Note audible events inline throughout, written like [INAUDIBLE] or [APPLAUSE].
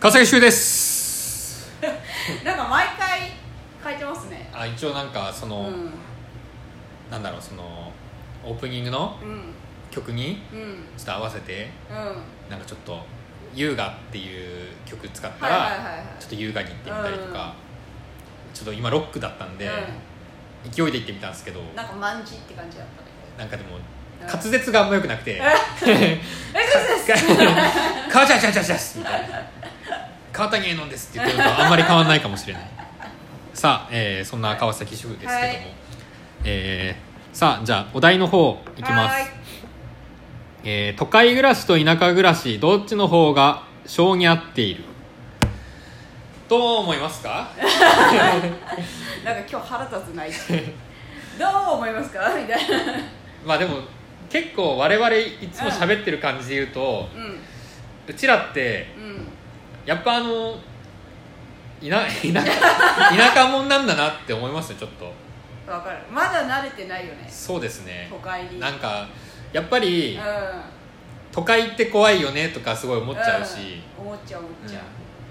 川崎修ですなんか毎回変えてますねあ一応なんかそうの、んなんだろうそのオープニングのうん曲にうんうんちょっと合わせてなんかちょっと「優雅」っていう曲使ったら、はいはいはいはいちょっと優雅に行ってみたりとか、ちょっと今ロックだったんで、勢いで行ってみたんですけどなんかマンジって感じだったねなんかでもうん滑舌があんま良くなく [LAUGHS] てえそうです「川ちゃんちゃんちゃんちゃん」みたいな「川谷絵音です」って言ってるのとあんまり変わんないかもしれないさあ、えーそんな川崎主婦ですけども、はいえーさあじゃあお題の方いきますえー都会暮らしと田舎暮らしどっちの方が性に合っているどう思いますかなんか今日腹立つない [LAUGHS] どう思いますかみたいなまあでも結構我々いつも喋ってる感じで言うとうんうちらってうんやっぱあの [LAUGHS] 田田舎田舎者なんだなって思いますよちょっとわかるまだ慣れてないよねそうですね都会になんかやっぱうりん都会って怖いよねとかすごい思っちゃうし、うん思っちゃう思っちゃううん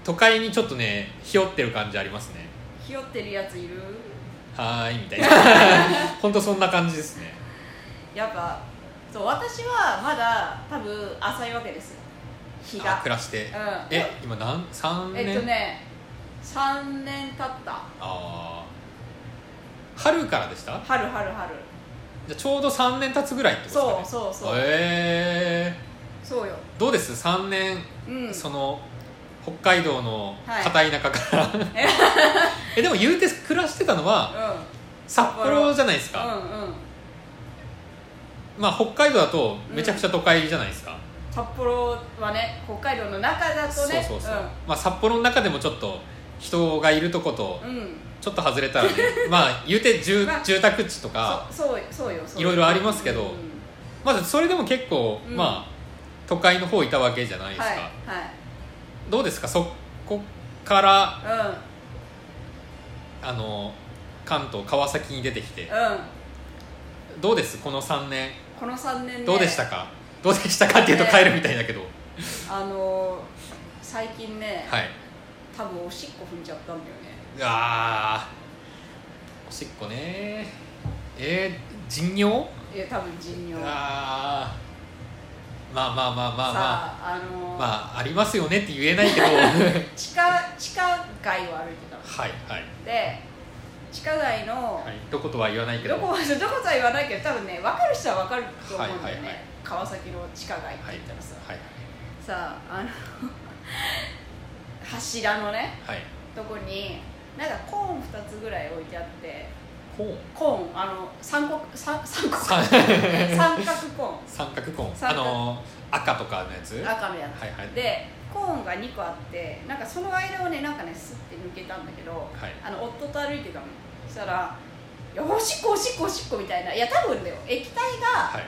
都会にちょっとねひよってる感じありますねひよってるやついるはーいみ [LAUGHS] たいな本当そんな感じですねやっぱそう私はまだ多分浅いわけですよ日あが暮らして、うんえ今何3年、えっとね3年経ったああ春からでした春春春じゃあちょうど3年経つぐらいってことですか、ね、そうそうそうえそうよー、どうです3年、うんその北海道のはい片田舎から、 [LAUGHS] えでも言うて暮らしてたのはう札幌じゃないですんか、うんうんまあ北海道だとめちゃくちゃ都会じゃないですか、札幌はね北海道の中だそとうねそうそう、まあ札幌の中でもちょっと人がいるとことうん、うんちょっと外れ [LAUGHS] たらねまあ言うて住まあ住宅地とかそそうよそうよそうよいろいろありますけどうんまずそれでも結構、うんまあ都会の方いたわけじゃないですか、はいどうですかそこからはいあの関東川崎に出てきてうんうんどうですこの3年この3年でどうでしたか、どうでしたかっていうと帰るみたいだけど、あのー最近ね、はい多分おしっこ踏んじゃったんだよねあーおしっこねえー、人尿いや多分人尿さあーまあまあまあまあまあああのーまあありますよねって言えないけ [LAUGHS] どはい地下地下街を歩いてたのはい、で地下街の、はい、どことは言わないけどどこ [LAUGHS] どことは言わないけど多分ね分かる人は分かると思うんはだよね、いはいはい川崎の地下街ってはい言ったらさ、はいさあの [LAUGHS] 柱のねはいとこになんかコーン2つぐらい置いてあってコーンコーンあの三角三三角三三角コ [LAUGHS] 三角コーン三角あの赤とかのやつーン赤のやつ、はいはいでコーンが2個あってなんかその間をねなんかねスッて抜けたんだけど、いあの夫と歩いてたのそしたらいやおしっこおしっこおしっこみたいないや多分だよ液体がはい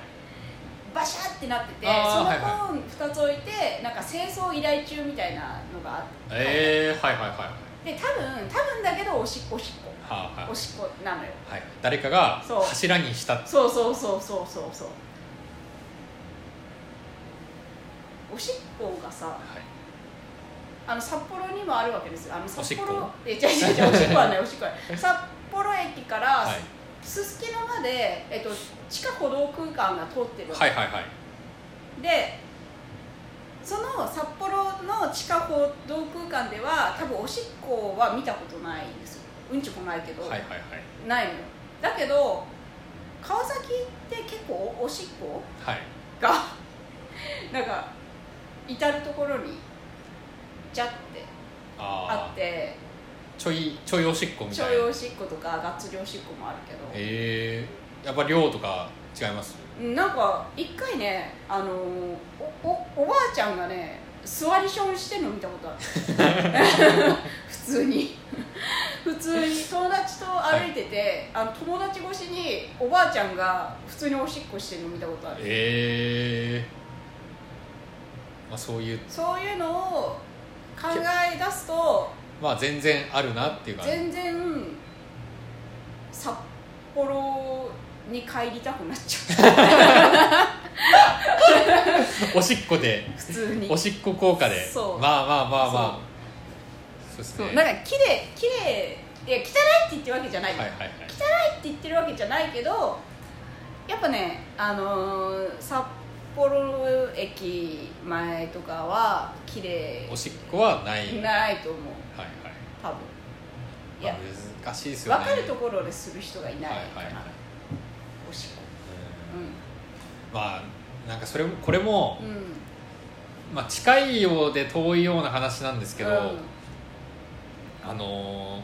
バシャってなってて、あーそのコはいはーン2つ置いてなんか清掃依頼中みたいなのがあって、えー、はいはいはいはいで多分多分だけどおしっこおしっはこおしっこなのよいはい、はい、誰かがそう柱にしたそうそうそうそうそうそうおしっこがさはいあの札幌にもあるわけですよあのおし札っこ幌え違う違う違うおしっこ [LAUGHS] はないおしっこはない札幌駅から、はいすすきのまで、えっと、地下歩道空間が通ってるわけ、はいはいはいでその札幌の地下歩道空間では多分おしっこは見たことないんですようんちこないけど、はいはいはいないのよだけど川崎って結構おしっこはいが [LAUGHS] なんか至る所にジャッてああっあてちょいちょいおしっこみちたょいいなおしっことかがっつりおしっこもあるけど、えー、やっぱ量とか違いますなんか一回ねあのーおおおばあちゃんがね座りションしてるの見た [LAUGHS] ことある普通に普通に友達と歩いてて、あの友達越しにおばあちゃんが普通におしっこしてるの見たことあるえー、まあそういうそういうのを考え出すとまあ全然あるなっていうか全然札幌に帰りたくなっちゃうおしっこで普通 [LAUGHS] におしっこ効果でそうまあまあまあまそうですそうねなんか綺麗綺麗いや汚いって言ってるわけじゃないよ、はいはいはい汚いって言ってるわけじゃないけどやっぱね、あのー札幌駅前とかは綺麗おしっこはないはいはいないと思う多分いまやあ、難しいですよね分かるところでする人がいないはいかはいはいなおしっこうんうまあなんかそれもこれも、んうんまあ、近いようで遠いような話なんですけど、うんあのー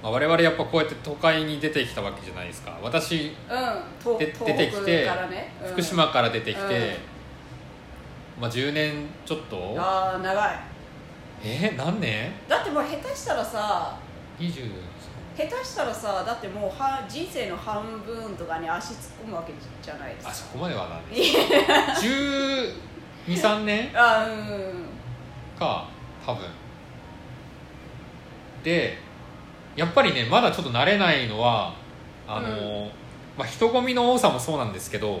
まあ、我々やっぱこうやって都会に出てきたわけじゃないですか私とで東出てきて北からねうん福島から出てきて、まあ、10年ちょっとああ長いえー、何年だってもう下手したらさ ?20 下手したらさだってもうは人生の半分とかに足突っ込むわけじゃないですあかそこまではなんです123年あうんか多分でやっぱりねまだちょっと慣れないのはあのー、まあ、人混みの多さもそうなんですけど、うん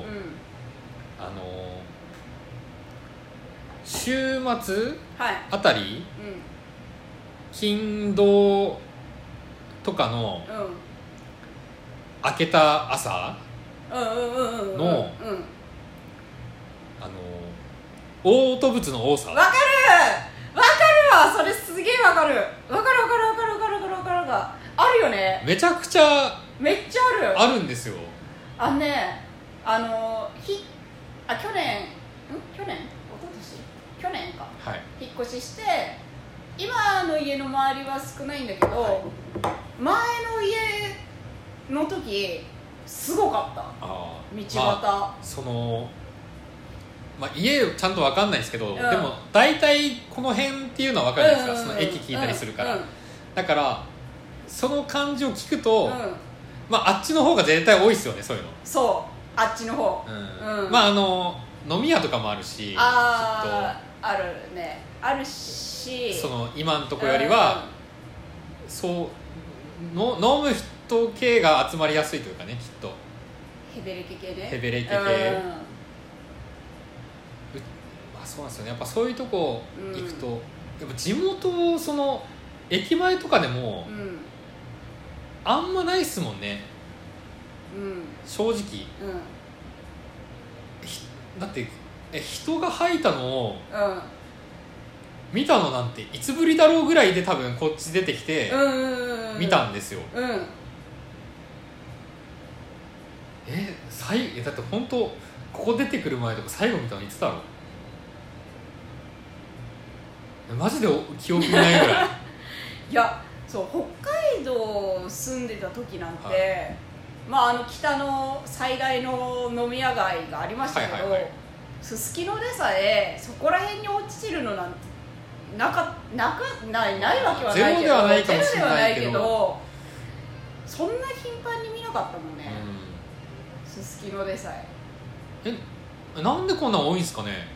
あのー週末はいあたりう勤労とかのんうん明けた朝うんうんうんうんうんのうあんのー大音物の多さわかるわかるわそれすげえわかるわかるわかるわかるわかるわかるわかるわかるあるよねめちゃくちゃめっちゃあるあるんですよあのねあのひあ去年ん去年一昨年去年かはい引っ越しして今の家の周りは少ないんだけど、前の家の時すごかったあ道端、まあそのまあ、家ちゃんと分かんないですけど、んでも大体この辺っていうのは分かるじゃないですか、うんその駅聞いたりするから、うんだからその感じを聞くと、うんまあ、あっちの方が絶対多いですよねそういうの、そうあっちの方、うんうんまああの飲み屋とかもあるしあああるねあるしきっとその今のとこよりは、、そうの飲む人系が集まりやすいというかねきっとうんヘベレケ系ねヘベレケ系まあ、そうなんですよねやっぱそういうとこ行くと、うやっぱ地元その駅前とかでもうんうんあんまないっすもんねうん正直うんひだってえ人が吐いたのをうん見たのなんていつぶりだろうぐらいで多分こっち出てきてうんうん見たんですよ、うんうんえ最えだって本当ここ出てくる前とか最後見たのいつだろうえマジでお記憶にないぐ [LAUGHS] らいいやそう北海道住んでた時なんて、はまああの北の最大の飲み屋街がありましたけはいはどいはいすすきのでさえそこら辺に落ちてるのなんてなかなかないないわけはないけどゼロではないかもしれないけどゼロではないけどそんな頻繁に見なかったもんねすすきのでさえうんえなんでこんなん多いんですかね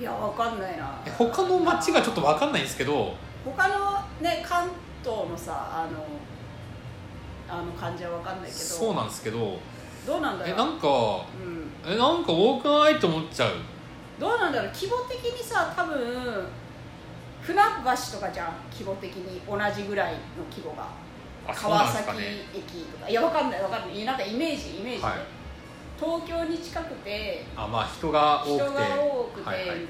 いやわかんないなえ他の町がちょっと分かんないんですけど他のね関東のさあのあの感じはわかんないけどそうなんですけどどうなんだろえうなんかうん、えなんか多くないと思っちゃうどうなんだろう規模的にさ多分船橋とかじゃん規模的に同じぐらいの規模があそう川なんです崎かね駅とかいやわかんないわかんないなんかイメージイメージで、はい東京に近くてあまあ人が多く人てが多くてみたはいいな、はい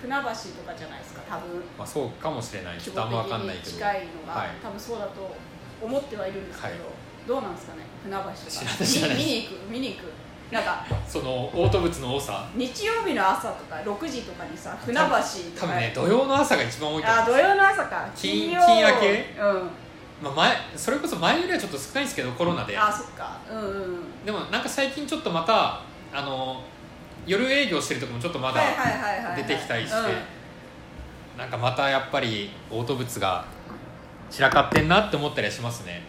船橋とかじゃないですか多分まあ、そうかもしれないちょっとあんま分規かん模ない的けどに近いのが、はい多分そうだと思ってはいるんですけど、はいどうなんですかね船知らない知らな橋とかい見に行く見に行くなんかそのオート物の多さ日曜日の朝とか6時とかにさ船橋と多か分ね土曜の朝が一番多いと思うあ土曜の朝か金金曜金明けうんまあ、前それこそ前よりはちょっと少ないんですけどコロナであそっかうんうんうんでもなんか最近ちょっとまたあの夜営業してるとこもちょっとまだはいはいはいはい出てきたりして、うんなんかまたやっぱりオート物が散らかってんなって思ったりはしますね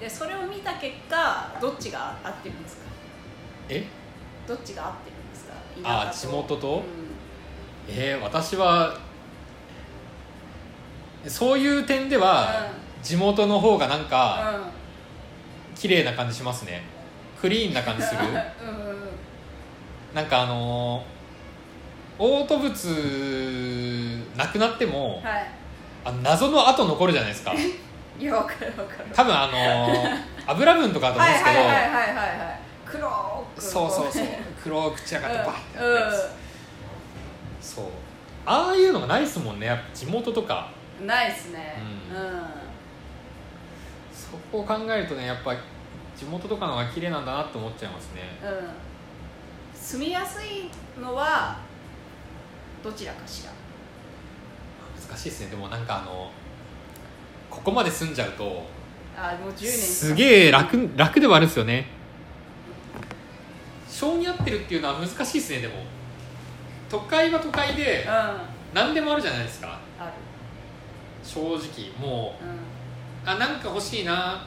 でそれを見た結果どっちが合ってるんですかえどっちが合ってるんですかあ田舎地元とうんえー、私はそういう点では、地元の方がなんか綺麗な感じしますねクリーンな感じするうんうんうんうんなんかあのー、オート物なくなっても、はいあの謎の跡残るじゃない [LAUGHS] ですかいやわかるわかる多分あ [LAUGHS] の油分とかだと思うんはでいすけはいど、はいはいはいはい黒くそうそうそうこ黒く散らうかってバッてうんやってやつそうああいうのがないですもんねやっぱ地元とかうんないっすねううんん、そこを考えるとねやっぱ地元とかの方が綺麗なんだなって思っちゃいますねうん、住みやすいのはどちらかしら難しいですねでもなんかあのここまで住んじゃうとあもう10年すげえ楽楽ではあるんですよね性に合ってるっていうのは難しいですねでも都会は都会でうんあ何でもあるじゃないですかる正直もうんうんうあなんか欲しいな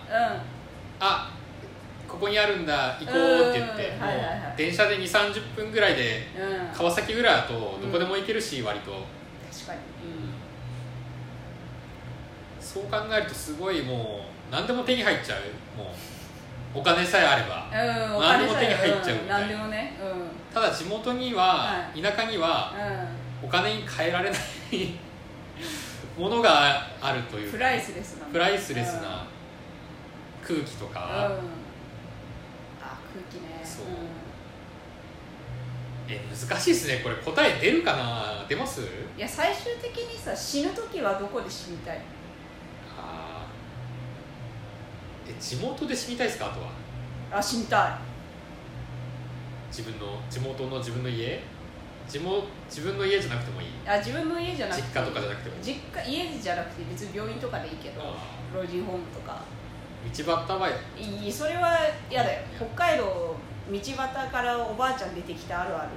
あここにあるんだ行こうって言ってうんもはいはいはいう電車で2 3 0分ぐらいでうん確川崎ぐらいだとどこでも行けるし割と、かにそう考えるとすごいもう何でも手に入っちゃうもうお金さえあればうんお何で金もさ手に入っちゃうみんたいな何でもねうんうんただ地元には、は田舎にはお金に換えられないものがあるというプライスレスなのプライスレスな空気とうんうんか、あ空気ねそうんえ難しいですねこれ答え出るかな出ますいや最終的にさ死ぬ時はどこで死にたいあーえ地元で死にたいですかあとはあ死にた自分の地元の自分の家地元自分の家じゃなくてもいいいあ自分の家じゃなく実て家とかじゃなくてもいい実家家じゃなくて別に病院とかでいいけどあ老人ホームとかー道端はいいいそれは嫌だよ北海道道端からおばあちゃん出てきたあるある